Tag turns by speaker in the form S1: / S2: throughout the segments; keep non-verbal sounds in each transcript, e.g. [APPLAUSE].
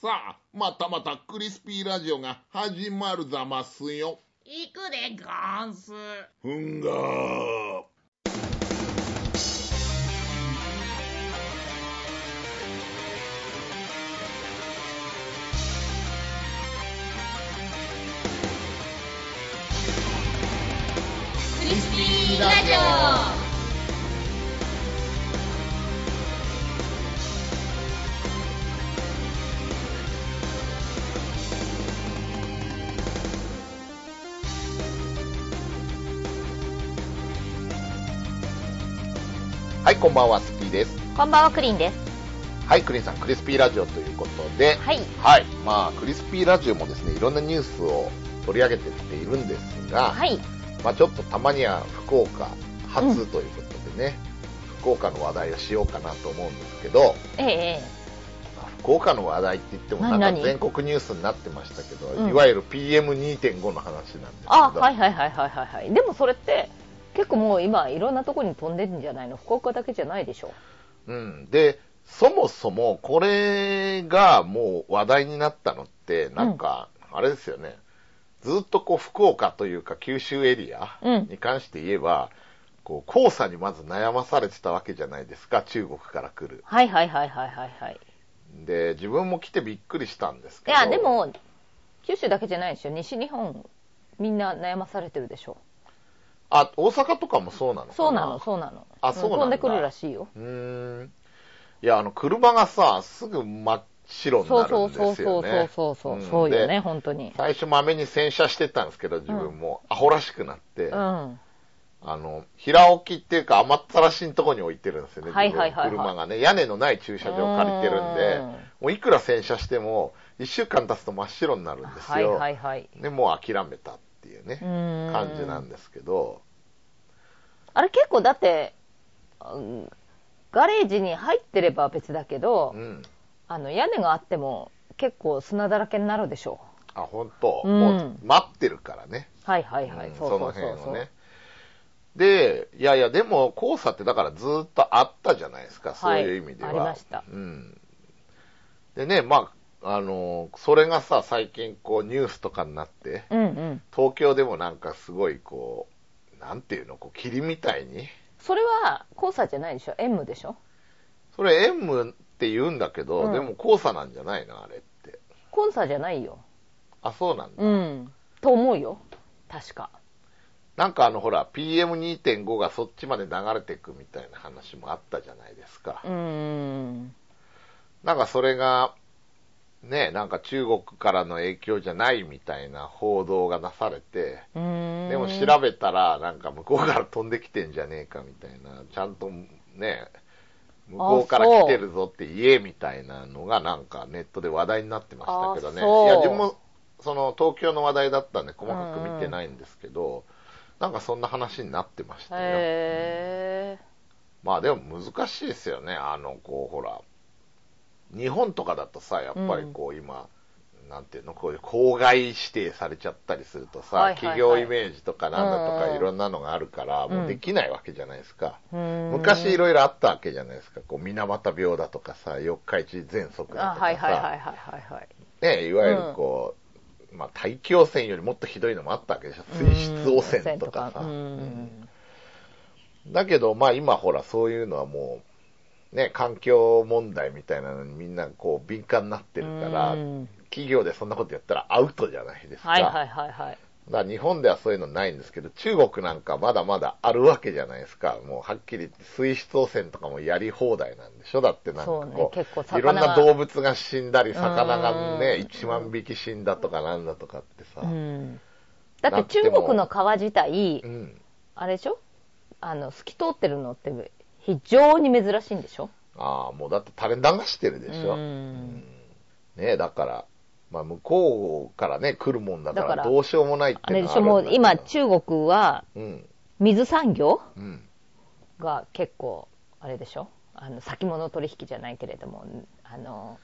S1: さあ、またまたクリスピーラジオが始まるざますよ。
S2: 行くでガンス。
S1: ふんがー。
S2: クリスピ
S1: ーラジはい、こんばんは、スピーです。
S2: こんばんはクリンです。
S1: はい、クリンさん、クリスピーラジオということで、
S2: はい。
S1: はい、まあ、クリスピーラジオもですね、いろんなニュースを取り上げてっているんですが、
S2: はい。
S1: まあ、ちょっとたまには福岡初ということでね、福岡の話題をしようかなと思うんですけど、
S2: ええ
S1: まあ福岡の話題って言ってもなんか
S2: 何々
S1: 全国ニュースになってましたけど、
S2: うん
S1: いわゆる PM2.5 の話なんですけど、
S2: あ、はいはいはいはいはいはい。でもそれって結構もう今いろんなとこに飛んでるんじゃないの？福岡だけじゃないでしょ。
S1: うん、でそもそもこれがもう話題になったのってなんかあれですよね、ずっとこう福岡というか九州エリア
S2: うん
S1: に関して言えば、こう黄砂にまず悩まされてたわけじゃないですか中国から来る
S2: はいはいはいはいはいはい。
S1: で自分も来てびっくりしたんです
S2: い
S1: けど
S2: やでも九州だけじゃないでしょ。西日本みんな悩まされてるでしょ。
S1: あ大阪とかもそうなのかな
S2: そうなのそうなの。
S1: あそうなんだ
S2: 飛んでくるらしいよ。
S1: うーんいやあの車がさすぐ真っ白に
S2: そ
S1: な
S2: うそ
S1: るん
S2: うそ
S1: で
S2: う
S1: す
S2: そ
S1: よ
S2: う
S1: ね
S2: そうそうそう、
S1: ん
S2: そうよ
S1: で
S2: ね本当に。
S1: 最初まめに洗車してたんですけど自分もアホらしくなって、
S2: うん。
S1: あの平置きっていうか甘ったらしいとこに置いてるんですよね、
S2: はいはいはいはい
S1: 自分の車がね屋根のない駐車場を借りてるんで
S2: うん
S1: もういくら洗車しても1週間経つと真っ白になるんです
S2: はい
S1: よ、
S2: はいはい。
S1: でもう諦めたっていうね、
S2: 感
S1: 感じなんですけど
S2: あれ結構だって、うんガレージに入ってれば別だけど、
S1: うん
S2: あの屋根があっても結構砂だらけになるでしょ
S1: あ本当、
S2: うん
S1: もう待ってるからね
S2: う。はいはいはい。
S1: うん
S2: そう
S1: そ
S2: そ
S1: の
S2: うそう
S1: 辺
S2: そう。
S1: をね。で、いやいや、でも、黄砂ってだからずっとあったじゃないですか、そう
S2: はい
S1: いう意味では。
S2: ありました
S1: うん。でね、まあ、あの、それがさ、最近、こう、ニュースとかになって、
S2: うんうん。
S1: 東京でもなんかすごい、こう、なんていうの、こう、霧みたいに。
S2: それは黄砂じゃないでしょ塩分でしょ
S1: それ、塩分って言うんだけど、
S2: うん
S1: でも黄砂なんじゃないの、あれって。
S2: 黄砂じゃないよ。
S1: あ、そうなんだ。
S2: うん。と思うよ。確か。
S1: なんかあの、ほら、PM2.5 がそっちまで流れてくみたいな話もあったじゃないですか。
S2: うーん。
S1: なんかそれが、ね、なんか中国からの影響じゃないみたいな報道がなされて、
S2: うーん。
S1: でも調べたら、なんか向こうから飛んできてんじゃねえかみたいな、ちゃんとね、向こうから
S2: あ
S1: 来
S2: そう
S1: てるぞって言えみたいなのが、なんかネットで話題になってましたけどね。
S2: あそう
S1: いや、自分も、その東京の話題だったんで、細かく見てないんですけど、なんかそんな話になってましたよ。
S2: へ
S1: まあでも難しいですよね、あの、こう、ほら、日本とかだとさ、やっぱりこう、今、なんていうの、こういう公害指定されちゃったりするとさ、
S2: はいはいはい
S1: 企業イメージとかなんだと
S2: うんう
S1: か
S2: ん
S1: いろんなのがあるから、もうできないわけじゃないですか。
S2: え。
S1: 昔い
S2: ろ
S1: ろいろあったわけじゃないですか、こう、水俣病だとかさ、四日市喘息だとか
S2: あ、
S1: さ、
S2: はいはいはいはいはいはい。
S1: ね、いわゆるこう、まあ、大気汚染よりもっとひどいのもあったわけでしょ。水質汚染とかさ。
S2: う
S1: うん
S2: ん。
S1: だけど、まあ今ほら、そういうのはもう、ね、環境問題みたいなのにみんなこう敏感になってるから
S2: う、ん
S1: 企業でそんなことやったらアウトじゃないですか。
S2: はいはいはいはい。
S1: だから日本ではそういうのないんですけど、中国なんかまだまだあるわけじゃないですか。もうはっきり言って水質汚染とかもやり放題なんでしょだってなんか
S2: そうね
S1: こう、
S2: 結構
S1: いろん
S2: 魚が
S1: な動物が死んだり、魚が
S2: う
S1: ね
S2: ん、
S1: 1万匹死んだとかなんだとかってさ。
S2: うんだって中国の川自体
S1: う、ん
S2: あれでしょあの、透き通ってるのって非常に珍しいんでしょ
S1: ああ、もうだって垂れ流してるでしょ。
S2: うん
S1: ねえだから、まあ、向こうからね、来るもんだか
S2: だ
S1: ら、
S2: から
S1: どうしようもないって
S2: あ
S1: い
S2: れ
S1: う
S2: で
S1: の
S2: し
S1: はあるんだ
S2: ょもう
S1: けど
S2: 今中国は
S1: うん、
S2: 水産業
S1: うん。
S2: が結構、あれでしょあの、先物取引じゃないけれども、あの、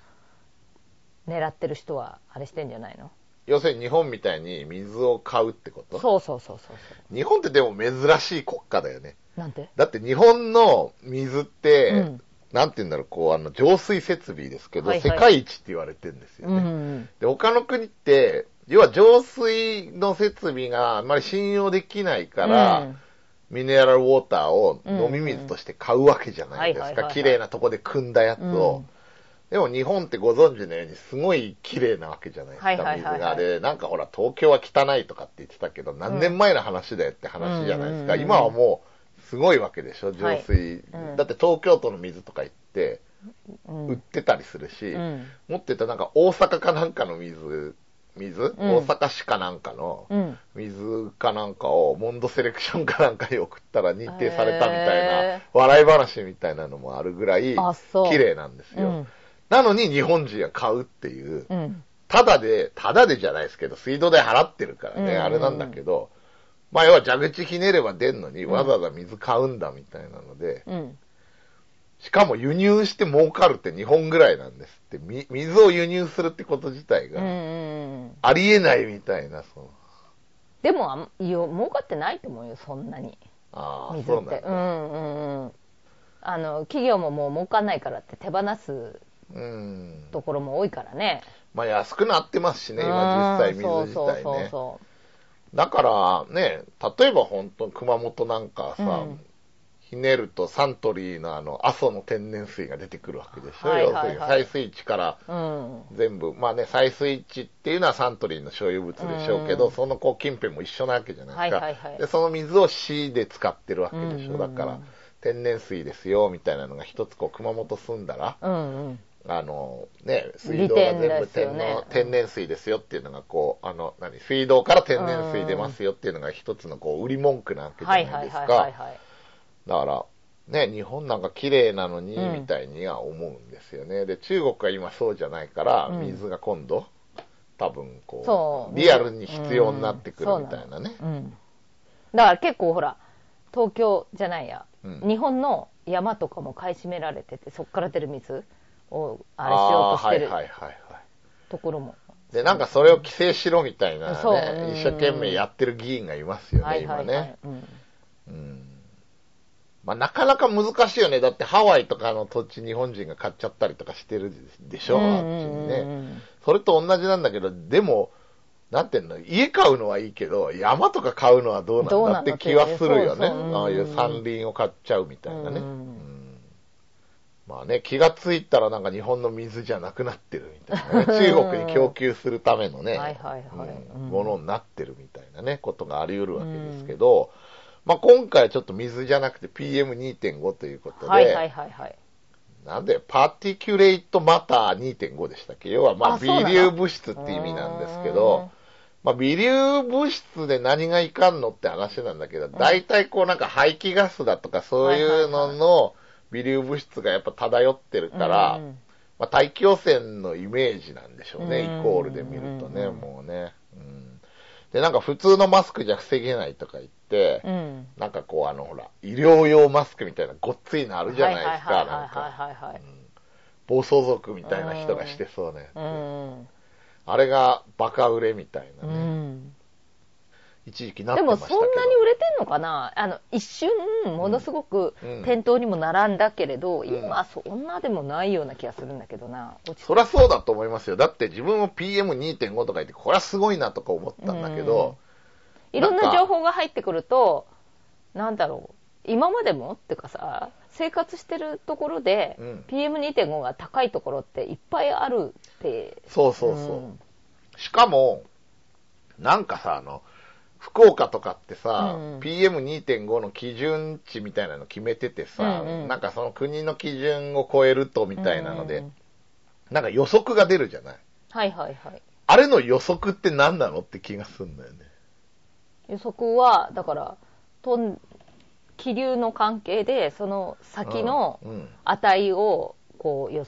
S2: 狙ってる人はあれしてんじゃないの
S1: 要するに日本みたいに水を買うってこと
S2: そうそうそうそうそ
S1: 日本ってでも珍しい国家だよね。
S2: う。なんて
S1: だって日本の水って、
S2: うん
S1: なんて言うんだろう、こう、あの、浄水設備ですけど、
S2: はいはい
S1: 世界一って言われてるんですよ
S2: う
S1: ね。
S2: ん
S1: で、他の国って、要は浄水の設備があんまり信用できないから、
S2: うん
S1: ミネラルウォーターを
S2: うんうん
S1: 飲み水として買うわけじゃないで
S2: は
S1: す
S2: いはい
S1: か。
S2: はいはい
S1: 綺麗なとこで汲んだやつを。でも日本ってご存知のようにすごい綺麗なわけじゃないです
S2: はいは
S1: か、
S2: い
S1: 水
S2: はいは
S1: が。
S2: い
S1: で、なんかほら東京は汚いとかって言ってたけど、何年前の話だよって話じゃないですか。
S2: うん
S1: 今はもうすごいわけでしょ、浄水。
S2: うん
S1: だって東京都の水とか行って
S2: うん
S1: 売ってたりするし、
S2: うん
S1: 持ってたなんか大阪かなんかの水、水、
S2: ん
S1: 大阪市かなんかの
S2: うん
S1: 水かなんかをモンドセレクションかなんかに送ったら認定されたみたい
S2: へー
S1: な、笑い話みたいなのもあるぐらい
S2: あそう
S1: 綺麗なんですよ。
S2: うん
S1: なのに日本人は買うっていう、
S2: うん
S1: ただで、ただでじゃないですけど、水道代払ってるからね、
S2: うんうんうん
S1: あれなんだけど、まあ要は蛇口ひねれば出んのに
S2: ん
S1: わざわざ水買うんだみたいなので、
S2: うん
S1: しかも輸入して儲かるって日本ぐらいなんですって、み水を輸入するってこと自体
S2: うんう
S1: が
S2: んうん
S1: ありえないみたいな、その、
S2: でもあんよ儲かってないと思うよそんなに
S1: ああ、
S2: 水
S1: そ
S2: っ
S1: うなん
S2: てう
S1: だ。
S2: んうんうんあの企業ももう儲かんないからって手放す
S1: うん。
S2: ところも多いからね
S1: まあ安くなってますしね、今実際水
S2: うん
S1: 自
S2: そうそう
S1: 体
S2: そう
S1: ね。
S2: そ
S1: だからね、例えば本当熊本なんかさ、
S2: うん
S1: ひねるとサントリーのあの、阿蘇の天然水が出てくるわけでしょ。
S2: はいはいは
S1: 要
S2: い
S1: するに採水池から
S2: ううん
S1: 全部、まあね、採水池っていうのはサントリーの所有物でしょうけど、
S2: うん
S1: そのこう近辺も一緒なわけじゃないですか、
S2: はいはいはい
S1: でその水を市で使ってるわけでしょ、
S2: うんうんうん
S1: だから天然水ですよみたいなのが一つこう熊本住んだら
S2: うんうん
S1: あの、ね、水道が全
S2: 利点で
S1: 部
S2: すよ
S1: 天,、
S2: ね
S1: 天然水ですよっていうのがこうあの何水道から天然水出ますよっていうのが一つのこう売り文句なわけじゃ
S2: は
S1: ないい
S2: はい
S1: です
S2: はいはい
S1: か
S2: はい
S1: だからね、日本なんか綺麗なのに
S2: うん
S1: みたいには思うんですよね、で中国は今そうじゃないから、
S2: うん
S1: 水が今度多分こ
S2: そうう
S1: リアルに必要になってくるみたいなね、
S2: うんだから結構ほら東京じゃないや、
S1: うん
S2: 日本の山とかも買い占められててそこから出る水をあれしようとし
S1: あー
S2: て
S1: はい
S2: る
S1: はいはいはい
S2: ところも、
S1: でなんかそれを規制しろみたいな、
S2: そう
S1: ね、一生懸命やってる議員がいますよね、
S2: はいはい
S1: 今ね、
S2: はい、うん
S1: うんまあ、なかなか難しいよね。だってハワイとかの土地日本人が買っちゃったりとかしてるでしょ、あっちに
S2: うんうんう
S1: ね。
S2: んうん
S1: それと同じなんだけど、でも、なんていうの、家買うのはいいけど、山とか買うのはどう
S2: どう
S1: なんだっ
S2: な
S1: て
S2: の
S1: 気はするよね。
S2: そうそううん
S1: ああいう山林を買っちゃうみたいなね。
S2: うん
S1: うんまあね、気がついたらなんか日本の水じゃなくなってるみたい
S2: [LAUGHS]
S1: な、ね、中国に供給するためのね、
S2: はいはいはい
S1: うん
S2: うん
S1: ものになってるみたいなね、ことがあり得るわけですけど、まあ今回はちょっと水じゃなくて PM2.5 ということで、
S2: はいはいはいはい
S1: なんで、パーティキュレイトマター2.5でしたっけ要はまあ
S2: あそう
S1: 微
S2: なんだ
S1: 粒物質って意味なんですけど、まあ微粒物質で何がいかんのって話なんだけど、大体こうなんか排気ガスだとかそういうのの微粒物質がやっぱ漂ってるから、
S2: うん
S1: まあ、大気汚染のイメージなんでしょうね、
S2: うん
S1: イコールで見るとね、
S2: うん
S1: もうね、うん。で、なんか普通のマスクじゃ防げないとか言って、
S2: うん
S1: なんかこう、あの、ほら、医療用マスクみたいなごっついのあるじゃないです
S2: は
S1: か、
S2: いはい
S1: なんか、
S2: はいはいはいはい
S1: 暴走族みたいな人がしてそうね。
S2: うん
S1: あれがバカ売れみたいな
S2: う
S1: ね、
S2: ん
S1: 一時期なっ
S2: で
S1: てま
S2: も
S1: したけ
S2: そ
S1: ど。
S2: んなに売れてんのかなあの一瞬ものすごく
S1: うん
S2: 店頭にも並んだけれど、
S1: ん
S2: 今そんなでもないような気がするんだけどな落ち着
S1: そりゃそうだと思いますよ。だって自分も PM2.5 とか言って、これはすごいなとか思ったんだけど、
S2: いろん
S1: なん
S2: な
S1: か
S2: 情報が入ってくるとなんだろう今までもっていうかさ生活してるところで、
S1: うん
S2: PM2.5 が高いところっていっぱいあるって
S1: そうそうそう。
S2: ん
S1: しかも、なんかさ、あの、福岡とかってさ、
S2: うんうん
S1: PM2.5 の基準値みたいなの決めててさ、
S2: うんうん
S1: なんかその国の基準を超えるとみたいなので、
S2: うん
S1: なんか予測が出るじゃない。
S2: はいはいはい
S1: あれの予測って何なのって気がすんだよね。
S2: 予測はだからとん気流の関係でその先の
S1: うんうん
S2: 値をこうよ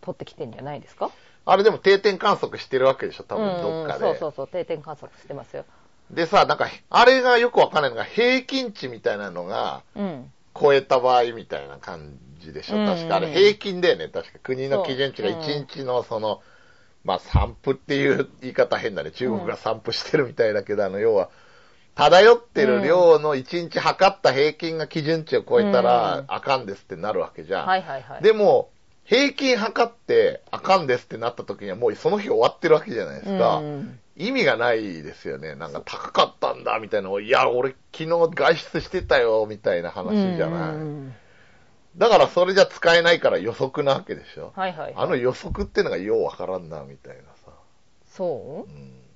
S2: 取ってきてんじゃないですか
S1: あれでも定点観測してるわけでしょ、多分
S2: うん
S1: ど
S2: う
S1: っ
S2: ん
S1: かで。
S2: そうそうそう定点観測してますよ
S1: でさ、なんか、あれがよくわかんないのが、平均値みたいなのが
S2: うん
S1: 超えた場合みたいな感じでし
S2: うんう
S1: ょ。
S2: ん
S1: 確かあれ平均だよね、確か。国の基準値が
S2: そううん
S1: 1日のその、まあ散布っていう言い方変だね。中国が散布してるみたいだけど、あの、要は、漂ってる量の1日測った平均が基準値を超えたら、
S2: うん
S1: あかんですってなるわけじゃん。
S2: はいはいはい。
S1: でも、平均測ってあかんですってなった時にはもうその日終わってるわけじゃないですか。
S2: うん
S1: 意味がないですよね。なんか高かったんだみたいな、いや、俺昨日外出してたよみたいな話じゃない。
S2: うん
S1: だからそれじゃ使えないから予測なわけでしょ。
S2: はいはい。
S1: あの予測ってのがようわからんなみたいなさ。
S2: そううん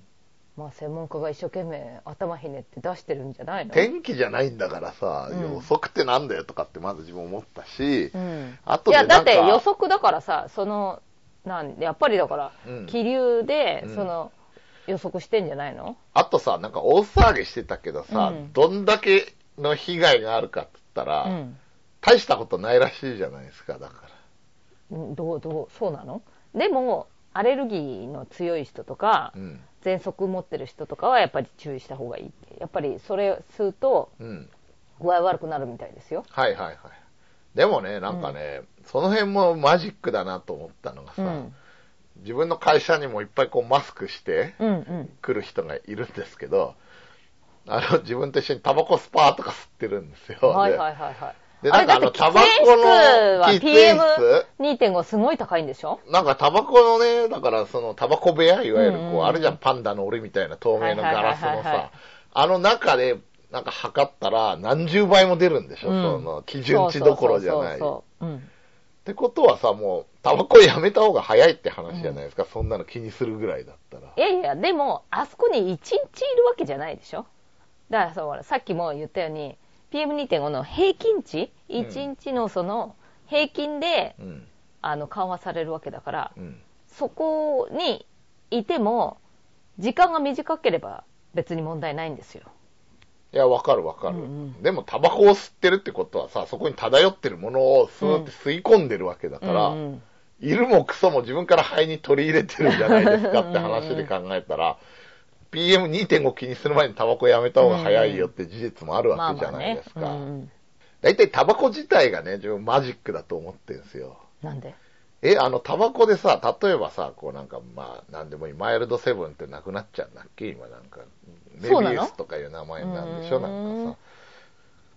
S2: まあ専門家が一生懸命頭ひねって出してるんじゃないの
S1: 天気じゃないんだからさ、
S2: うん
S1: 予測ってなんだよとかってまず自分思ったし、
S2: うん
S1: あ
S2: い
S1: とでな
S2: や
S1: んか
S2: だって予測だからさそのなんやっぱりだから、
S1: うん
S2: 気流で
S1: うん
S2: その、予測してんじゃないの
S1: あとさ、なんか大騒ぎしてたけどさ、
S2: うん
S1: どんだけの被害があるかって言ったら、
S2: うん
S1: 大したことないらしいじゃないですか、だから。
S2: うんどうどうそうなのでもアレルギーの強い人とか、
S1: うん。
S2: 喘息持ってる人とかはやっぱり注意した方がいいってやっぱりそれ吸うと
S1: うん。
S2: 具合悪くなるみたいですよ
S1: はいはいはい。でもね、なんかね、その辺もマジックだなと思ったのがさ、
S2: うん
S1: 自分の会社にもいっぱいこうマスクして
S2: うんうん
S1: 来る人がいるんですけど、あの、自分と一緒にタバコスパーとか吸ってるんですよ。
S2: はい
S1: で
S2: はいはいはい
S1: で、
S2: あ
S1: な
S2: れ
S1: んか
S2: だ
S1: あ
S2: って
S1: の、
S2: 喫
S1: タ
S2: 煙
S1: バコの喫煙室
S2: は PM2.5 すごい高いんでしょ
S1: なんかタバコのね、だからそのタバコ部屋、いわゆるこう、
S2: うんうん
S1: あるじゃん、パンダの檻みたいな透明のガラス
S2: はい
S1: の
S2: はいはいはいはい
S1: さ、あの中で、なんか測ったら何十倍も出るんでしょ、
S2: うん
S1: その基準値どころじゃない。っ
S2: そうそうそうそううん
S1: てことはさ、もう、タバコやめた方が早いって話じゃないですか、そんなの気にするぐらいだったら
S2: い。やいや、でも、あそこに一日いるわけじゃないでしょ。だからそうほら、さっきも言ったように、PM2.5 の平均値、
S1: ん
S2: 一日のその平均で、
S1: うん、
S2: あの緩和されるわけだから、
S1: うん。
S2: そこにいても、時間が短ければ別に問題ないんですよ。
S1: いや、わかるわかる、
S2: うんうん
S1: でも、タバコを吸ってるってことはさ、そこに漂ってるものをスーって吸い込んでるわけだから、
S2: うんうん
S1: いるもクソも自分から肺に取り入れてるんじゃないですかって話で考えたら、PM2.5 気にする前にタバコやめた方が早いよって事実もある
S2: まあ
S1: わけじ
S2: ま
S1: ゃ
S2: あ
S1: ない
S2: ね
S1: で。す
S2: うんう
S1: か。
S2: ん
S1: 大体タバコ自体がね、自分マジックだと思ってるんですよ。
S2: なんで
S1: え、あの、タバコでさ、例えばさ、こうなんか、まあ、なんでもいい、マイルドセブンってなくなっちゃうんだっけ今なんか、メビ
S2: そうなの
S1: ウスとかいう名前なんでしょ
S2: う
S1: な
S2: ーん
S1: んか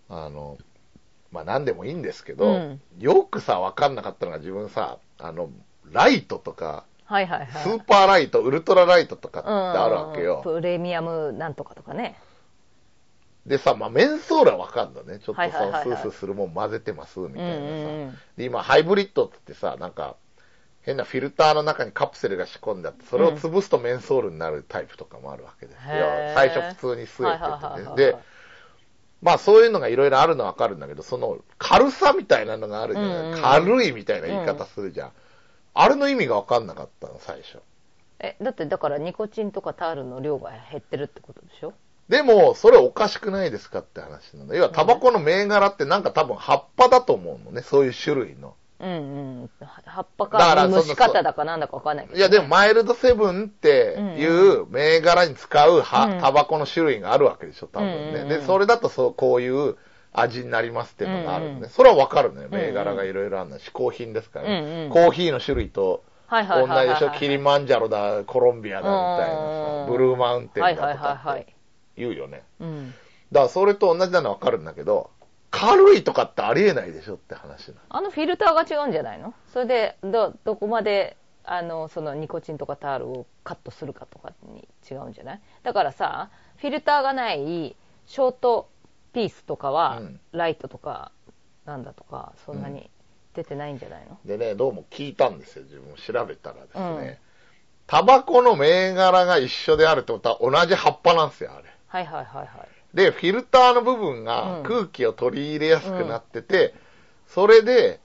S1: さ、あの、まあ、なんでもいいんですけど、
S2: うん
S1: よくさ、わかんなかったのが自分さ、あの、ライトとか、
S2: はいはいはい。
S1: スーパーライト、ウルトラライトとかって
S2: うん
S1: あるわけよ。
S2: プレミアムなんとかとかね。
S1: でさ、まあ、メンソーラわかんのね。ちょっと
S2: はいはいはいは
S1: さ、
S2: い
S1: スースーするもん混ぜてます、みたいなさ。
S2: うんうんうん
S1: で、今、ハイブリッドって言ってさ、なんか、変なフィルターの中にカプセルが仕込んであって、それを潰すとメンソールになるタイプとかもあるわけですよ
S2: へ。ー
S1: 最初普通に
S2: はいは
S1: 吸
S2: いはいはい
S1: え
S2: は
S1: て
S2: い
S1: て、ね。で、まあそういうのがいろいろあるのはわかるんだけど、その軽さみたいなのがあるじゃない、
S2: うんうん
S1: 軽いみたいな言い方するじゃん。あれの意味がわかんなかったの、最初。
S2: えだってだからニコチンとかタールの量が減ってるってことでしょ
S1: でも、それおかしくないですかって話なんだ。要は、タバコの銘柄ってなんか多分葉っぱだと思うのね、そういう種類の。
S2: うんうんは葉っぱ
S1: だから
S2: か
S1: その
S2: 蒸し方だかなんだかわかんないけど
S1: いや、でも、マイルドセブンっていう銘柄に使うは
S2: うん
S1: タバコの種類があるわけでしょ、多分
S2: うんうん
S1: ね
S2: う。ん
S1: で、それだとそう、こういう味になりますっていうのがあるのね。
S2: うんうん
S1: それはわかるのよ、銘柄がいろいろあるの。嗜好品ですからね、
S2: うんうん
S1: コーヒーの種類と
S2: はいはい
S1: 同
S2: はい
S1: じ
S2: は
S1: で
S2: い
S1: しょ、キリマンジャロだ、コロンビアだみたいなさ、
S2: うん
S1: ブルーマウンテン
S2: は
S1: だ
S2: い
S1: と
S2: はいはい
S1: か
S2: は
S1: って
S2: い
S1: 言うよね。
S2: うん
S1: だからそれと同じなのはわかるんだけど、軽いとかってありえないでしょって話なの
S2: あのフィルターが違うんじゃないのそれでどどこまであのそのニコチンとかタールをカットするかとかに違うんじゃないだからさフィルターがないショートピースとかは、
S1: うん
S2: ライトとかなんだとかそんなに出てないんじゃないの、
S1: でね、どうも聞いたんですよ、自分も調べたらですね。タバコの銘柄が一緒であるってことは同じ葉っぱなんですよ、あれ。
S2: はいはいはいはい
S1: で、フィルターの部分
S2: う
S1: が
S2: ん
S1: 空気を取り入れやすくなってて、それで、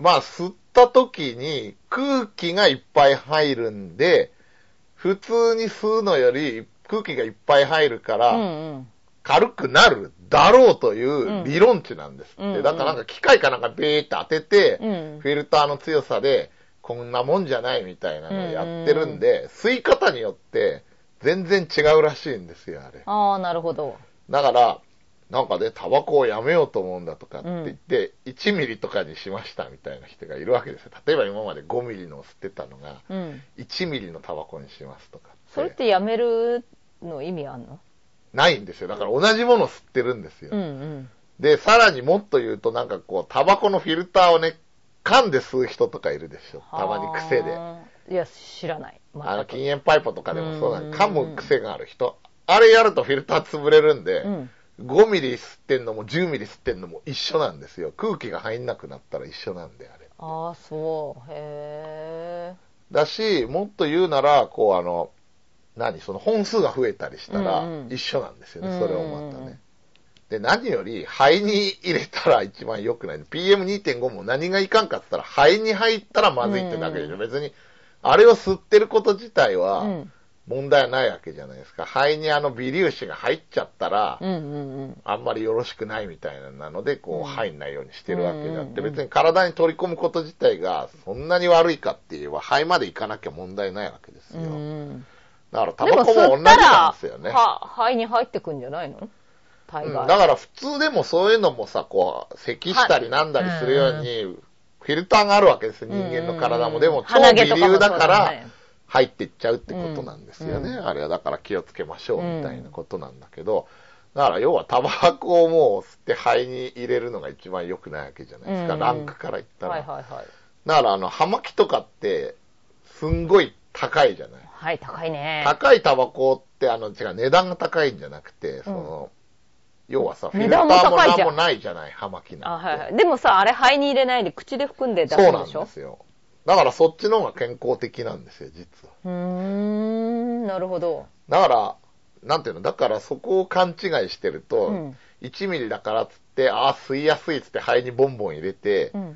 S1: まあ、吸った時に空気がいっぱい入るんで、普通に吸うのより空気がいっぱい入るから、
S2: うんうん
S1: 軽くなるだろうという理論値なんですって。
S2: うん
S1: だからなんか機械かなんかベーって当てて、
S2: うん
S1: フィルターの強さでこんなもんじゃないみたいなのをやってるんで、吸い方によって全然違うらしいんですよ、あれ。
S2: ああなるほど
S1: だから、なんかね、タバコをやめようと思うんだとかって言って、1ミリとかにしましたみたいな人がいるわけですよ。例えば今まで5ミリのを吸ってたのが、
S2: うん
S1: 1ミリのタバコにしますとかって。
S2: それってやめるの意味あんの
S1: ないんですよ。だから同じものを吸ってるんですよ。
S2: うんうん
S1: で、さらにもっと言うと、なんかこう、タバコのフィルターをね、噛んで吸う人とかいるでしょ。たまに癖で。
S2: あーいや知らない全く
S1: あの、禁煙パイプとかでもそうだね。
S2: うん
S1: 噛む癖がある人。あれやるとフィルター潰れるんで、
S2: うん
S1: 5ミリ吸ってんのも10ミリ吸ってんのも一緒なんですよ。空気が入んなくなったら一緒なんで、あれ。
S2: ああそうへえ
S1: だし、もっと言うなら、こう、あの、何その本数が増えたりしたら
S2: うんうん
S1: 一緒なんですよね、
S2: うんうん
S1: それをまたね。で、何より肺に入れたら一番良くない。PM2.5 も何がいかんかって言ったら肺に入ったらまずいってだけでしょ。
S2: うん
S1: 別に、あれを吸ってること自体
S2: う
S1: は
S2: ん
S1: 問題はないわけじゃないですか。肺にあの微粒子が入っちゃったら、
S2: うんうんうん
S1: あんまりよろしくないみたいなので、こ
S2: うん
S1: う、入んないようにしてるわけであって、
S2: うんうんうん
S1: 別に体に取り込むこと自体が、そんなに悪いかって言えば、肺まで行かなきゃ問題ないわけです
S2: う
S1: よ。
S2: んうん
S1: だから、タ
S2: でも
S1: バコも同
S2: 吸
S1: じ
S2: った
S1: なん
S2: ら
S1: ですよね。
S2: は肺に入ってくんじゃないの大
S1: うん
S2: 概、
S1: だから、普通でもそういうのもさ、こう、咳したりなんだりするように、フィルターがあるわけですよ、人間の体も。でも、超
S2: 鼻
S1: 微
S2: 毛とかも
S1: 粒
S2: そう
S1: だ
S2: ね
S1: から、入ってっちゃうってことなんですよね。
S2: うん
S1: あれはだから気をつけましょう
S2: うん
S1: みたいなことなんだけど、だから要はタバコをもう吸って肺に入れるのが一番良くないわけじゃないですか、
S2: うん
S1: ランクから言ったら。
S2: はいはいはい
S1: だからあの、葉巻とかって、すんごい高いじゃない。
S2: はい高いね
S1: 高いタバコって、あの、違う、値段が高いんじゃなくて、その、要はさ、フィルターも
S2: 値段も高い
S1: 何
S2: じゃん
S1: もないじゃない、葉巻
S2: あ
S1: なんて。
S2: はいはいでもさあれ肺に入れないで口で含んで出
S1: そ
S2: す
S1: うんな
S2: でしょ
S1: んですよ。だからそっちの方が健康的なんですよ、実は。
S2: うーんなるほど
S1: だから、なんていうの、だからそこを勘違いしてると、
S2: うん
S1: 1ミリだからっつって、ああ、吸いやすいっつって肺にボンボン入れて、
S2: う
S1: 吸
S2: ん
S1: っ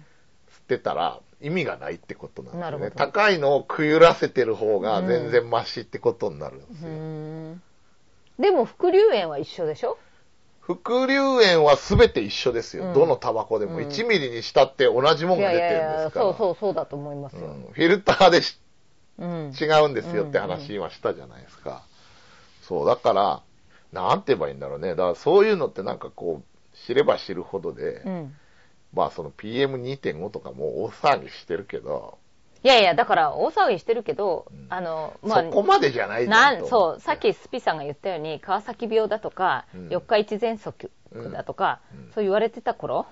S1: てたら意味がないってことなん
S2: な
S1: です
S2: る
S1: よ
S2: ほど
S1: ね。高いのをくゆらせてる方が全然マシってことになるんです
S2: う
S1: よ。
S2: ーんでも副流炎は一緒でしょ
S1: 副流炎は全て一緒ですよ。
S2: うん
S1: どのタバコでも
S2: うん
S1: 1ミリにしたって同じもん
S2: い
S1: が
S2: やい
S1: 出てるん
S2: やい
S1: で
S2: や
S1: すか
S2: そう
S1: ら。
S2: そうそうだと思います
S1: う
S2: よ、
S1: んフィルターでし
S2: うん
S1: 違うんですよって話今したじゃないですか。そう、だから、なんて言えばいいんだろうね。だからそういうのってなんかこう、知れば知るほどで、
S2: うん
S1: まあその PM2.5 とかも大騒ぎしてるけど、
S2: いやいやだから大騒ぎしてるけど、
S1: ん
S2: あのまあ
S1: そこまでじゃないじゃ
S2: なんん
S1: と
S2: そ
S1: 思
S2: うさっきスピさんが言ったように川崎病だとか、
S1: うん
S2: 四日市喘息だとか、
S1: うん
S2: そう言われてた頃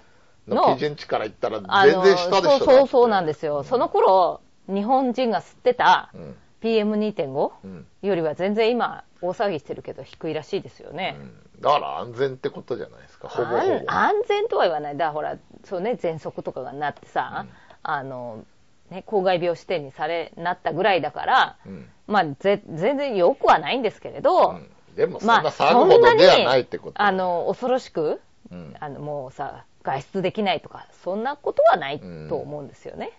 S1: の
S2: の
S1: 基準値から言ったら
S2: あ
S1: 全然下でしょ、
S2: そうそうそうなんですすよ、その頃日本人が吸ってた
S1: うん
S2: PM2.5
S1: うん
S2: よりは全然今大騒ぎしてるけど低いらしいですよね、
S1: うんだから安全ってことじゃないですかほぼほぼ
S2: 安安全とは言わないだからほらそうね喘息とかがなってさ、あのね公害病指定にされなったぐらいだから、
S1: うん
S2: まあぜ全然よくはないんですけれど、
S1: うんでもそん
S2: ま
S1: な
S2: あ
S1: 騒ぐほどではないってこと、
S2: あの恐ろしく
S1: うん
S2: あのもうさ外出できないとかそんなことはないと思うんですよね。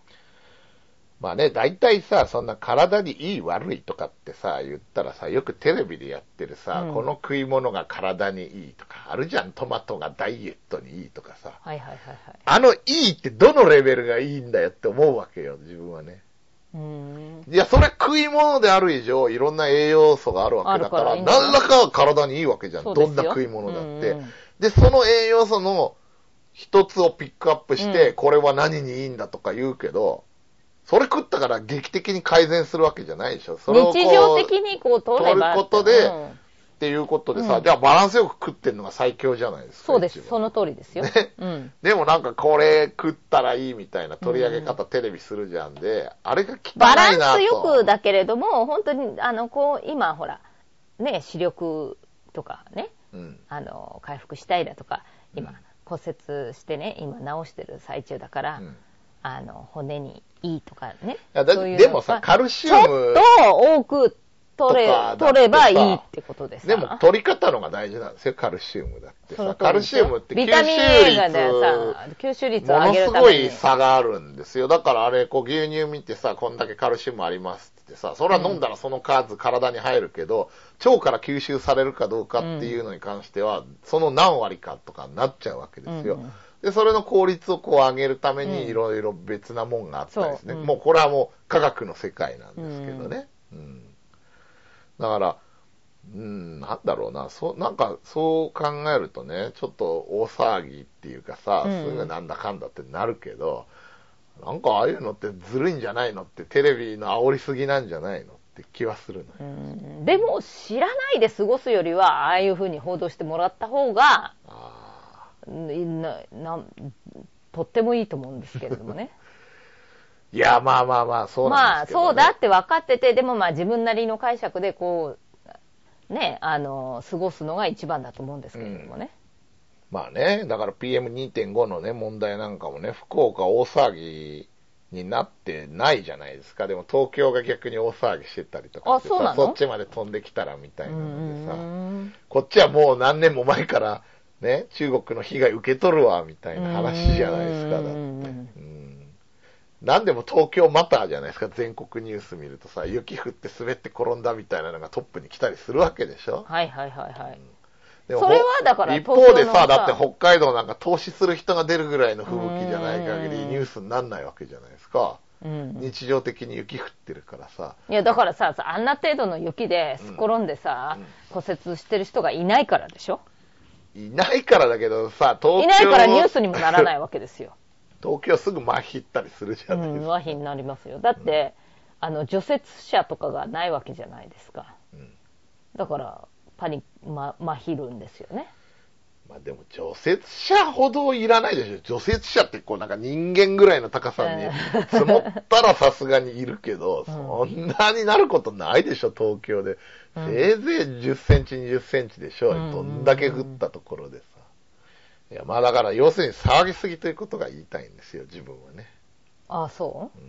S1: まあね大体さそんな体にいい悪いとかってさ言ったらさよくテレビでやってるさ、
S2: うん
S1: この食い物が体にいいとかあるじゃんトマトがダイエットにいいとかさ
S2: はいはいはいはい。
S1: あのいいってどのレベルがいいんだよって思うわけよ、自分はね。
S2: うーん
S1: いや、それは食い物である以上、いろんな栄養素があるわけだか
S2: あ
S1: ら、
S2: るからいいんだよ
S1: 何らかは体にいいわけじゃん。
S2: そうです
S1: ど
S2: よ
S1: んな食い物だって。
S2: うんうん
S1: で、その栄養素の一つをピックアップして、
S2: うん
S1: これは何にいいんだとか言うけど、それ食ったから劇的に改善するわけじゃないでしょ。それをこう
S2: 日常的にこう取れば
S1: 取ることで
S2: うん
S1: っていうことでさ、
S2: うん
S1: じゃあバランスよく食ってんのが最強じゃないですか。
S2: そうで
S1: 一
S2: す
S1: 番
S2: その通りですよ。
S1: ね
S2: うん
S1: でもなんかこれ食ったらいいみたいな取り上げ方テレビするじゃんで、あれが汚いなと。
S2: バランスよくだけれども本当にあのこう今ほらね視力とかね
S1: うん。
S2: あの回復したいだとか今、
S1: うん
S2: 骨折してね今治してる最中だから、
S1: うん
S2: あの骨にいいとかね
S1: いやだ
S2: そういうの
S1: でもさ
S2: まあ
S1: カルシウ
S2: ちょ
S1: ム
S2: っと多く取れ
S1: とかだってさ
S2: 取ればいいってことです
S1: でも取り方のが大事なんですよ、カルシウムだってさ。カルシウムって吸収
S2: ビタミン A がねさ
S1: 率、
S2: 吸収率を
S1: も
S2: 上
S1: の
S2: げ
S1: す
S2: るため
S1: ご
S2: に
S1: い差があるんですよ。だからあれ、こう牛乳見てさ、こんだけカルシウムありますって言ってさ、それは飲んだらその数体に入るけど、腸から吸収されるかどうかっていうのに関しては、その何割かとかになっちゃうわけですよ。
S2: うんうん
S1: で、それの効率をこう上げるため
S2: うん
S1: にいろいろ別なもんがあったりですね、
S2: そううん
S1: もうこれはもう科学の世界なんですけどね。うんだから、うん、なんだろうな、そう、なんか、そう考えるとね、ちょっと大騒ぎっていうかさ、
S2: う
S1: そうんいうのなんだかんだってなるけど、なんかああいうのってずるいんじゃないのって、テレビの煽りすぎなんじゃないのっって気はするのよ。
S2: うんでも知らないで過ごすよりはああいうふうに報道してもらった方が
S1: あ
S2: んななとってもいいと思うんですけれどもね
S1: ーいや、まあまあまあ、そう
S2: ま
S1: なん
S2: あ
S1: ですけど、ね。
S2: [LAUGHS] そうだって分かっててでもまあ自分なりの解釈でこうねあの過ごすのが一番だと思うんですけれどもね、
S1: まあね、だから PM2.5 のね、問題なんかもね、福岡大騒ぎになってないじゃないですか。でも東京が逆に大騒ぎしてたりとかしてさ
S2: あそうなの
S1: そっちまで飛んできたらみたいなのでさ、
S2: うん
S1: こっちはもう何年も前からね、中国の被害受け取るわ、みたいな話じゃないですか、だって。
S2: う
S1: うんん。なんでも東京またじゃないですか、全国ニュース見るとさ、雪降って滑って転んだみたいなのがトップに来たりするわけでしょ
S2: はいはいはいはい、
S1: でも
S2: それはだから
S1: 一方で
S2: 東京のさ
S1: さ、だって北海道なんか投資する人が出るぐらいの吹雪じゃない限り
S2: うん
S1: ニュースになんないわけじゃないですか。
S2: うん
S1: 日常的に雪降ってるからさ。
S2: いやだからさあんな程度の雪ですっ転んでさ、骨折してる人がいないからでしょ
S1: いないからだけどさ、東京。
S2: いないからニュースにもならないいわけですよ。
S1: [LAUGHS] 東京すぐ麻痺ったりするじ
S2: う
S1: ゃないで
S2: ん、
S1: すか。
S2: 和になりますよ。だって、あの除雪車とかがないわけじゃないですか。
S1: うん
S2: だからパニままひるんですよね。
S1: まあでも除雪車ほどいらないでしょ。除雪車ってこうなんか人間ぐらいの高さに
S2: うん
S1: 積もったらさすがにいるけど、
S2: [LAUGHS] うん
S1: そんなになることないでしょ、東京で。
S2: うん
S1: せいぜい10センチ、20センチでしょ。
S2: うん
S1: どんだけ降ったところでさ。いや、まあだから要するに騒ぎすぎということが言いたいんですよ、自分はね。
S2: ああそう？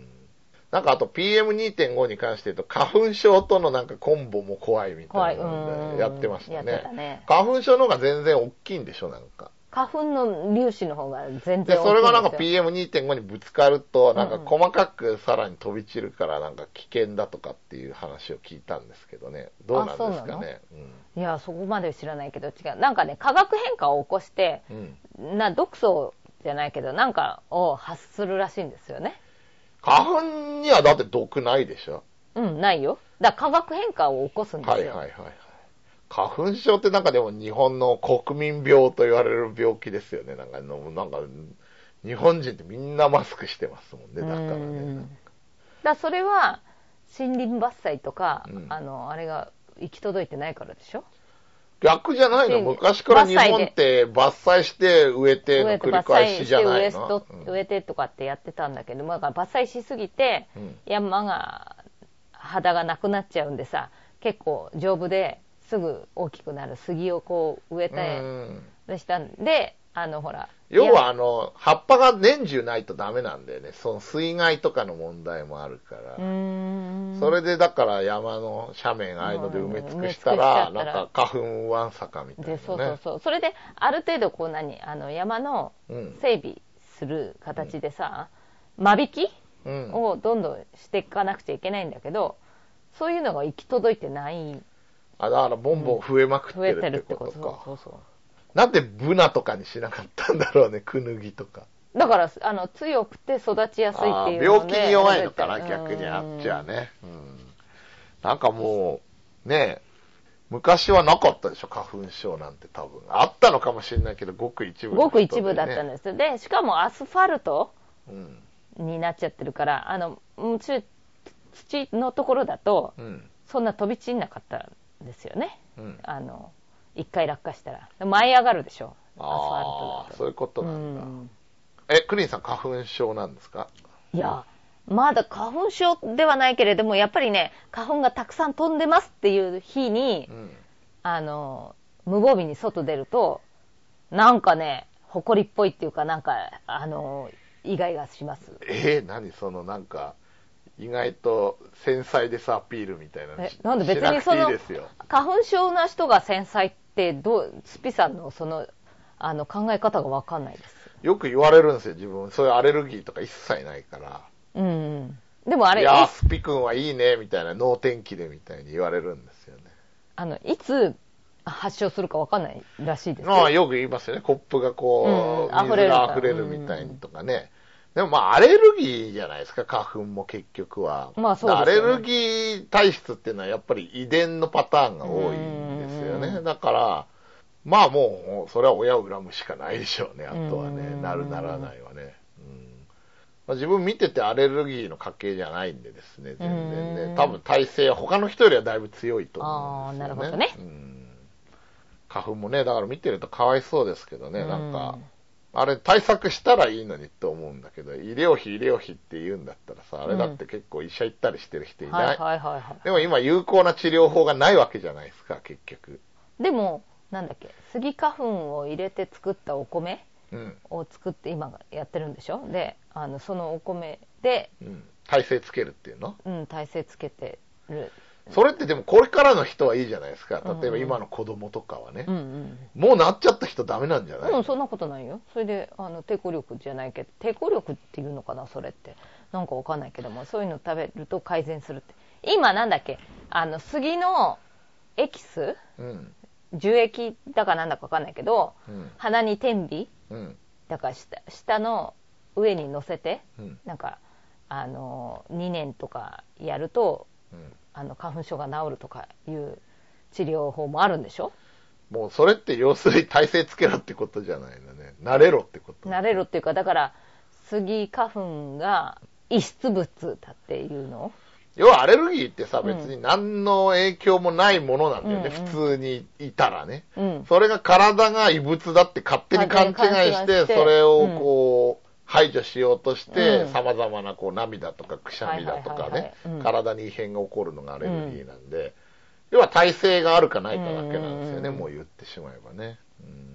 S1: なんかあと PM2.5 に関して言うと花粉症とのなんかコンボも怖いみた
S2: 怖い。
S1: いうなの
S2: ん。
S1: でやってました
S2: やってた
S1: ね。
S2: ね。
S1: 花粉症の方が全然大きいんでしょ、なんか。
S2: 花粉の粒子の方が全然大きいんです
S1: で、
S2: よ。
S1: それがなんか PM2.5 にぶつかると、なんか
S2: うん
S1: 細かくさらに飛び散るから、なんか危険だとかっていう話を聞いたんですけどね。どうなんですかね。
S2: いやそこまで知らないけど違う。なんかね化学変化を起こして
S1: うんうん
S2: な毒素じゃないけどなんかを発するらしいんですよね。
S1: 花粉にはだって毒ないでしょ。
S2: うんないよ。だから化学変化を起こすんですよ。
S1: はいはいはいはい。花粉症ってなんかでも日本の国民病と言われる病気ですよね。なんか、のなんか、日本人ってみんなマスクしてますもんね。だから
S2: うん
S1: ね。
S2: だからそれは森林伐採とか、
S1: うん
S2: あのあれが行き届いてないからでしょ
S1: 逆じゃないの
S2: うん
S1: 昔から日本
S2: 伐採
S1: って伐採して植えての
S2: 植えて
S1: 繰り
S2: 伐
S1: 返
S2: 採
S1: し
S2: し
S1: じ
S2: て
S1: ゃ
S2: 植
S1: ない
S2: え
S1: の
S2: と
S1: うん
S2: 植えてとかってやってたんだけどだから伐採しすぎて
S1: うん
S2: 山が肌がなくなっちゃうんでさ結構丈夫ですぐ大きくなる杉をこう植えて
S1: うん
S2: でしたんであのほら
S1: 要
S2: いや
S1: はあの葉っぱが年中ないとダメなんだよねその水害とかの問題もあるか
S2: う
S1: ら、
S2: ーん
S1: それでだから山の斜面ああいうので埋め尽くしたら、
S2: うん埋め尽くしちゃったら
S1: なんか花粉ワンサカみたいな
S2: で
S1: ね
S2: そうそうそうそれである程度こう何あの山の
S1: うん
S2: 整備する形でさ、間引き
S1: うん
S2: をどんどんしていかなくちゃいけないんだけどそういうのが行き届いてない
S1: あだからボンボン増えまくって
S2: 増え
S1: る
S2: てる
S1: っ
S2: ってて
S1: こ
S2: ことと
S1: か、
S2: そうそうそ
S1: なんでブナとかにしなかったんだろうねクヌギとか
S2: うだからあの強くて育ちやすい
S1: あ
S2: って
S1: ー
S2: いうの
S1: 病
S2: で
S1: 気に弱いのかな
S2: うん
S1: 逆にあっちゃね、うん、なんかもうねえ昔はなかったでしょ花粉症なんて多分あったのかもしれないけどごく一部の
S2: ごく
S1: 人でね
S2: 一部だったんですでしかもアスファルト
S1: うん
S2: になっちゃってるからあのうんち土のところだと
S1: うん
S2: そんな飛び散んなかったんですよね
S1: うん
S2: あの一回落下したら舞い上がるでしょアスファル
S1: ああ
S2: トだと
S1: そういうことなんだ、
S2: うん
S1: えクリンさん花粉症なんですか
S2: いや、まだ花粉症ではないけれども、やっぱりね、花粉がたくさん飛んでますっていう日に
S1: う、ん
S2: あの、無防備に外出ると、なんかね、埃っぽいっていうか、なんか、あの、意外がします。
S1: えー、何そのなんか意外と繊細ですアピールみたいなの
S2: え
S1: し
S2: なんで別
S1: し
S2: に
S1: なく
S2: そ
S1: ていい
S2: の
S1: ですよ
S2: 花粉症な人が繊細って、どう、スピさんのその、あの、考え方がわかんないです。
S1: よく言われるんですよ自分そういうアレルギーとか一切ないから
S2: うんうん。でもあれ、
S1: い
S2: い
S1: やー、
S2: つ
S1: スピ君はいいね、みたいな、脳天気でみたいに言われるんですよね。
S2: あの、いつ発症するかわかんないらしいですよ
S1: まあ、よく言いますよね。コップがこう、
S2: うんうん
S1: 水が
S2: 溢
S1: 溢れ
S2: れる
S1: る
S2: み
S1: み
S2: た
S1: た
S2: い
S1: い
S2: に
S1: にとかね。でもまあ、アレルギーじゃないですか、花粉も結局は。
S2: まあそうですよね
S1: アレルギー体質っていうのは、やっぱり遺伝のパターンが多いんですよ
S2: うんうんう
S1: ね。
S2: ん
S1: だから、まあもう、それは親を恨むしかないでしょうね、あとは
S2: うんうんう
S1: ね。
S2: ん
S1: なるならないはね。うんまあ、自分見ててアレルギーの家系じゃないんでですね、全然
S2: う
S1: ね
S2: ん。
S1: 多分耐性は他の人よりはだいぶ強いと思うんですよ、ね。
S2: あーなるほどね
S1: うん花粉もね、だから見てるとかわいそうですけどね、
S2: うん
S1: なんか、あれ対策したらいいのにと思うんだけど、医療費、医療費って言うんだったらさ、あれだって結構医者行ったりしてる人いない。
S2: はいはいはいは
S1: でも今有効な治療法がないわけじゃないですか、結局。
S2: いでもなんだっけスギ花粉を入れて作ったお米
S1: うん。
S2: を作って今やってるんでしょであのそのお米で、
S1: うん。耐性つけるっていうの
S2: うん、耐性つけてる
S1: それってでもこれからの人はいいじゃないですか。例え
S2: うんう
S1: ば
S2: ん
S1: 今の子供とかはね。
S2: うんうん
S1: もうなっちゃった人ダメなんじゃない、
S2: うん、そんなことないよそれであの抵抗力じゃないけど抵抗力っていうのかなそれってなんかわかんないけどもそういうの食べると改善するって今なんだっけあの杉のエキス
S1: うん。
S2: 樹液だかなんだかわかんないけど
S1: うん。
S2: 鼻に天日
S1: うん。
S2: だから下下の上に乗せて
S1: うん。
S2: なんかあの2年とかやると
S1: うん。
S2: あの花粉症が治るとかいう治療法もあるんでしょ
S1: もうそれって要するに体勢つけろってことじゃないのね。慣れろってこと。
S2: 慣れるっていうかだからスギ花粉が異質物だっていうの
S1: 要はアレルギーってさ、
S2: うん
S1: 別に何の影響もないものなんだよね。
S2: うんうん
S1: 普通にいたらね。
S2: うん
S1: それが体が異物だって勝手に勘違いし
S2: 勝手に勘違
S1: て、
S2: いして
S1: それをこう、排除しようとして、
S2: うん
S1: 様々なこう涙とかくしゃみだと
S2: は
S1: か
S2: いはいはい
S1: ね
S2: はいうん、
S1: 体に異変が起こるのがアレルギーなんで、要は耐性があるかないかだけなんですよね、
S2: うん
S1: もう言ってしまえばね。うん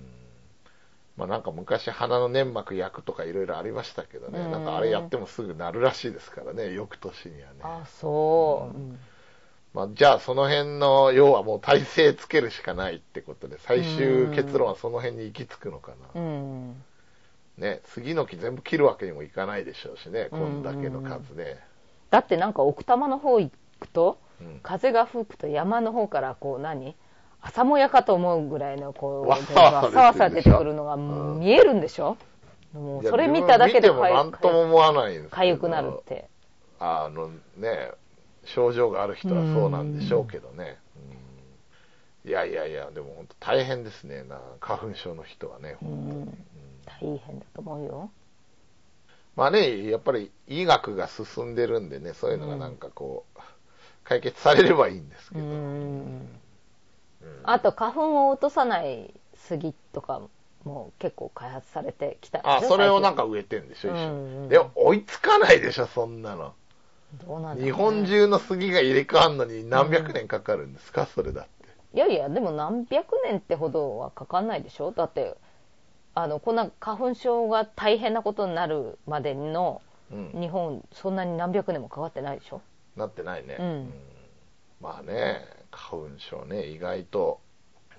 S1: まあなんか昔鼻の粘膜焼くとかいろいろありましたけどね、
S2: うん
S1: なんかあれやってもすぐなるらしいですからね、翌年にはね。
S2: あそう、
S1: うんまあ、じゃあその辺の要はもう体勢つけるしかないってことで最終結論はその辺に行き着くのか
S2: う
S1: な、
S2: ん
S1: ね杉の木全部切るわけにもいかないでしょうしねこんだけの数ね、
S2: だってなんか奥多摩の方行くと
S1: うん
S2: 風が吹くと山の方からこう何朝もやかと思うぐらいのこう
S1: わっさわさ
S2: わさわさ
S1: 出
S2: 出
S1: て
S2: て
S1: く
S2: く
S1: る
S2: る
S1: で
S2: の
S1: しょ
S2: が
S1: うん
S2: 見えるんでしょ、もう
S1: いや
S2: それ見ただけで
S1: 自分見てもなんとも思わないんですけど
S2: かゆくなるって
S1: あのね症状がある人はそうなんでしょうけどね、うんいやいやいやでも本当大変ですねな花粉症の人はね、
S2: う
S1: 本当に
S2: ん大変だと思うよ
S1: まあね、やっぱり医学が進んでるんでね、そういうのがなんかこう、解決されればいいんですけ
S2: う
S1: ど。
S2: ん
S1: うん
S2: あと花粉を落とさない杉とかも結構開発されてきたでしょ
S1: あ、それをなん
S2: か
S1: か植えてんでしょ、一緒に。
S2: うんうん
S1: でも追いつかないでしょ、そんなの。
S2: どうなんだろうね
S1: 日本中の杉が入れ替わるのに何百年かかるんですか、それだって。
S2: いやいやでも何百年ってほどはかかんないでしょだってあのこんな花粉症が大変なことになるまでの
S1: うん。
S2: 日本そんなに何百年もかかってないでしょ
S1: なってないね。
S2: うん
S1: まあね、花粉症ね、意外と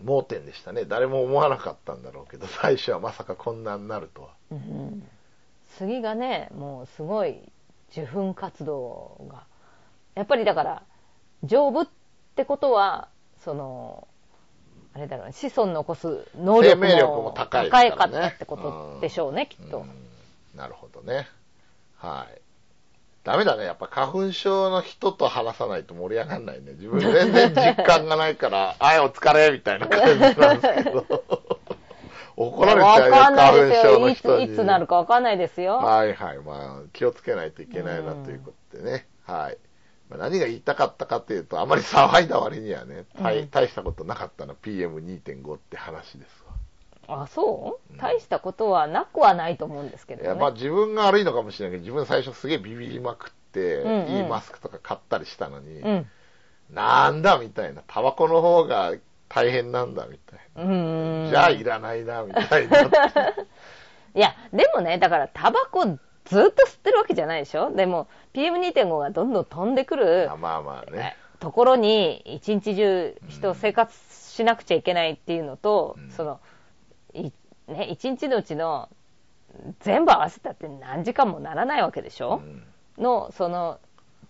S1: 盲点でしたね。誰も思わなかったんだろうけど、最初はまさかこんなになるとは。
S2: うん杉がねもうすごい受粉活動がやっぱりだから丈夫ってことはそのあれだろうね子孫残す能力も
S1: 生命力も高いですからね
S2: 高かったってことでしょうねきっと、
S1: うんなるほどね。はい。ダメだね。やっぱ花粉症の人と話さないと盛り上がんないね。自分全然実感がないから、 [LAUGHS] あい、お疲れみたいな感じなんですけど。
S2: [LAUGHS]
S1: 怒られちゃうよ、
S2: わかんない
S1: 花
S2: です
S1: 粉症
S2: よ
S1: の
S2: い
S1: 人
S2: つ
S1: に。
S2: いつなるかわかんないですよ、
S1: はいはい。まあ、気をつけないといけないなということでね。はい。まあ何が言いたかったかというと、あまり騒いだ割にはね、
S2: う
S1: 大
S2: ん
S1: 大したことなかったの PM2.5 って話ですわ。
S2: あそう、
S1: うん
S2: 大したことはなくはないと思うんですけれ
S1: い
S2: ど、ね
S1: やまあ自分が悪いのかもしれないけど自分最初すげえビビりまくって、
S2: うんうん
S1: いいマスクとか買ったりしたのに、
S2: うん
S1: なんだみたいなタバコの方が大変なんだみたい
S2: うん
S1: な、
S2: うん
S1: じゃあいらないなみたいな
S2: [LAUGHS] いやでもねだからタバコずっと吸ってるわけじゃないでしょでも PM2.5 がどんどん飛んでくる
S1: あまあまあね
S2: ところに一日中人生活しなくちゃいけないっていうのと、
S1: うん
S2: そのいね一日のうちの全部合わせたって何時間もならないわけでし
S1: う
S2: ょ、
S1: ん
S2: のその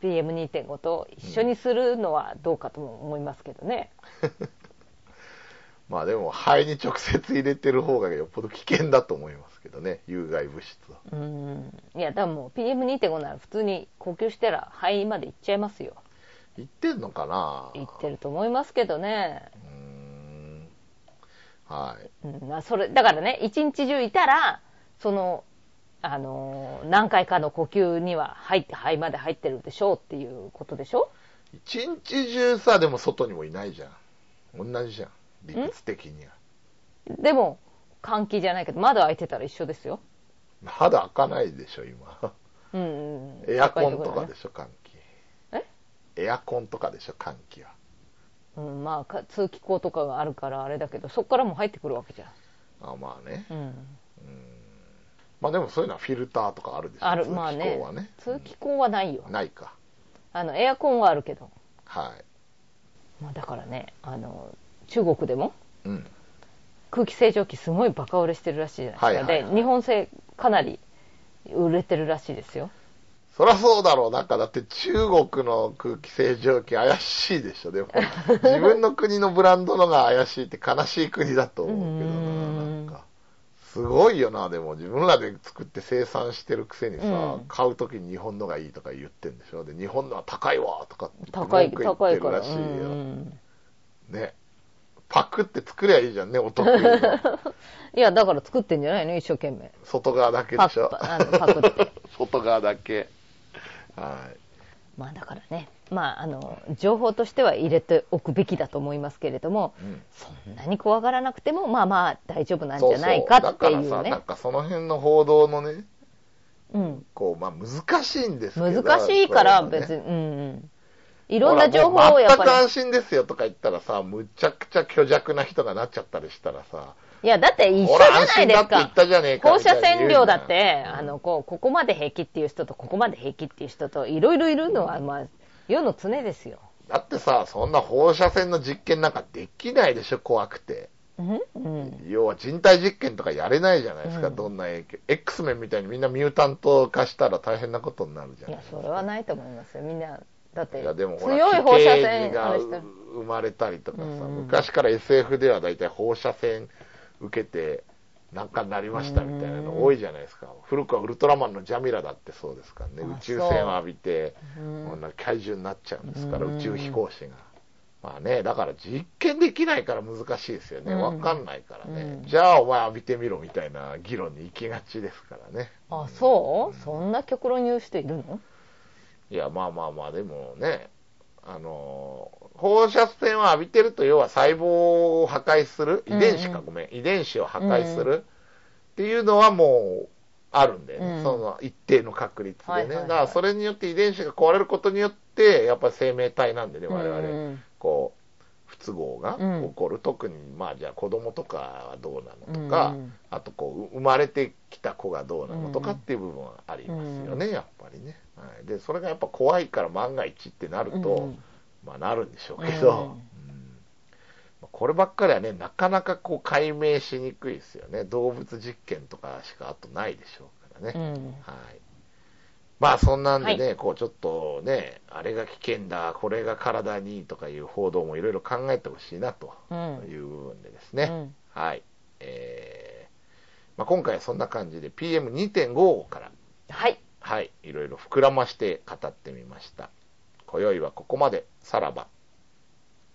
S2: PM2.5 と一緒にするのはどうかとも思いますけどね、
S1: まあでも肺に直接入れてる方がよっぽど危険だと思いますけどね有害物質は
S2: うんいや、でも PM2.5 なら普通に呼吸したら肺まで行っちゃいますよ。
S1: 言ってんのかな
S2: 行ってると思いますけどね。
S1: うーんはい
S2: うん、まあそれ、だからね、一日中いたら、その、あのー何回かの呼吸には入って肺まで入ってるでしょうっていうことでしょ
S1: 一日中さ、でも外にもいないじゃん。同じじゃん。理屈的には。
S2: でも換気じゃないけど窓開いてたら一緒ですよ
S1: 肌開かないでしょ、今。
S2: うんうん
S1: エアコンとかでしょ、換気。
S2: え
S1: エアコンとかでしょ、換気は。
S2: うん、まあか通気口とかがあるからあれだけどそこからも入ってくるわけじゃ
S1: あまあね。
S2: ん、うん、
S1: まあでもそういうのはフィルターとかあるでしょ。
S2: ある
S1: 通気
S2: まあね
S1: 口はね。
S2: 通気口はないよ、
S1: うんないか。
S2: あのエアコンはあるけど、
S1: は
S2: まあ、だからねあの中国でも
S1: い。うん。
S2: 空気清浄機すごいバカ売れしてるらしいじゃないですか、
S1: はいはいはい
S2: で日本製かなり売れてるらしいですよ
S1: そりゃそうだろう。なんかだって中国の空気清浄機怪しいでしょ。でも自分の国のブランドのが怪しいって悲しい国だと思うけど
S2: う
S1: な。
S2: ん
S1: なんか。すごいよな、でも自分らで作って生産してるくせにさ、
S2: うん
S1: 買うときに日本のがいいとか言ってんでしょ。で、日本のは高いわとかって言って
S2: 高い
S1: 文句言っ
S2: 高
S1: て
S2: い
S1: る
S2: から
S1: らしいよ。
S2: うんうん
S1: ね。パクって作りゃいいじゃんね、お得意の。
S2: いやだから作ってんじゃないの一生懸命
S1: [LAUGHS] 外側だけ
S2: パ
S1: でし
S2: ク
S1: ょ。
S2: パあのパクって [LAUGHS]
S1: 外側だけ。はい。
S2: まあだからね、まあ、あの情報としては入れておくべきだと思いますけれども、
S1: うん
S2: そんなに怖がらなくてもまあまあ大丈夫なんじ
S1: そう
S2: ゃないかってい
S1: そうだからさ、なん
S2: ね
S1: かその辺の報道のね、
S2: うん
S1: こう、まあ難しいんですけど。
S2: 難しいから
S1: そういうのね
S2: 別に、うんうん、い
S1: い
S2: ろんな情報をや
S1: 全
S2: っぱ
S1: く
S2: り
S1: 安心ですよとか言ったらさ、むちゃくちゃ虚弱な人がなっちゃったりしたらさ、
S2: いやだって一緒
S1: ほ
S2: じ
S1: ら
S2: ゃ
S1: 安
S2: な
S1: 心
S2: いで
S1: だ
S2: す
S1: って言
S2: か
S1: ったじゃねえか。
S2: 放射線量だっ
S1: みたい
S2: てあのこうここまで平気っていう人とここまで平気っていう人といろいろいるのは、まあ、世の常ですよ。
S1: な。だってさ、そんな放射線の実験なんかできないでしょ、怖くて。
S2: うんうん
S1: 要は人体実験とかやれないじゃないですか、
S2: うん
S1: どんな影響。X メンみたいにみんなミュータント化したら大変なことになるじゃ
S2: い
S1: ない
S2: や
S1: ですか。
S2: それはないと思いますよみんなだって
S1: いやでもほら
S2: 強い放射
S1: 奇形児
S2: 線あ
S1: が
S2: れしてる
S1: 生まれたりとかさ、
S2: うんうん
S1: 昔から SF では大体放射線受けてなんかになりましたみたいなの多いじゃないですか、古くはウルトラマンのジャミラだってそうですからね
S2: あ
S1: 宇宙船を浴びて、
S2: うん
S1: こんな怪獣になっちゃうんですから、
S2: うん
S1: 宇宙飛行士が。まあね、だから実験できないから難しいですよね。
S2: うん
S1: わかんないからね。
S2: うん
S1: じゃあお前浴びてみろみたいな議論に行きがちですからね。
S2: あそうそんな極論言う人いるの
S1: いや、まあまあまあ、でもね、あのー放射線を浴びてると、要は細胞を破壊する、遺伝子
S2: うんう
S1: か、
S2: ん
S1: ごめん、遺伝子を破壊するっていうのはもう、あるんだよね、
S2: うん
S1: その一定の確率でね、
S2: はいはいはい
S1: だからそれによって遺伝子が壊れることによって、やっぱり生命体なんでね、我々、
S2: うん
S1: こう、不都合が
S2: うん
S1: 起こる、特に、まあじゃあ子供とかはどうなのとか、
S2: うん
S1: あとこう、生まれてきた子がどうなのとかっていう部分はありますよね、やっぱりね、はい。で、それがやっぱ怖いから万が一ってなると、
S2: うん
S1: まあなるんでしょうけど、うんまあこればっかりはね、なかなかこう解明しにくいですよね。動物実験とかしかあとないでしょうからね。
S2: うん
S1: はい。まあそんなんでね、
S2: は
S1: こうちょっとね、あれが危険だ、これが体にいいとかいう報道もいろいろ考えてほしいなと
S2: うん
S1: いう部分でですね。
S2: うん
S1: はい。えーまあ、今回はそんな感じで PM2.5 から、
S2: はい
S1: はい、いろいろ膨らまして語ってみました。今宵はここまで。さらば。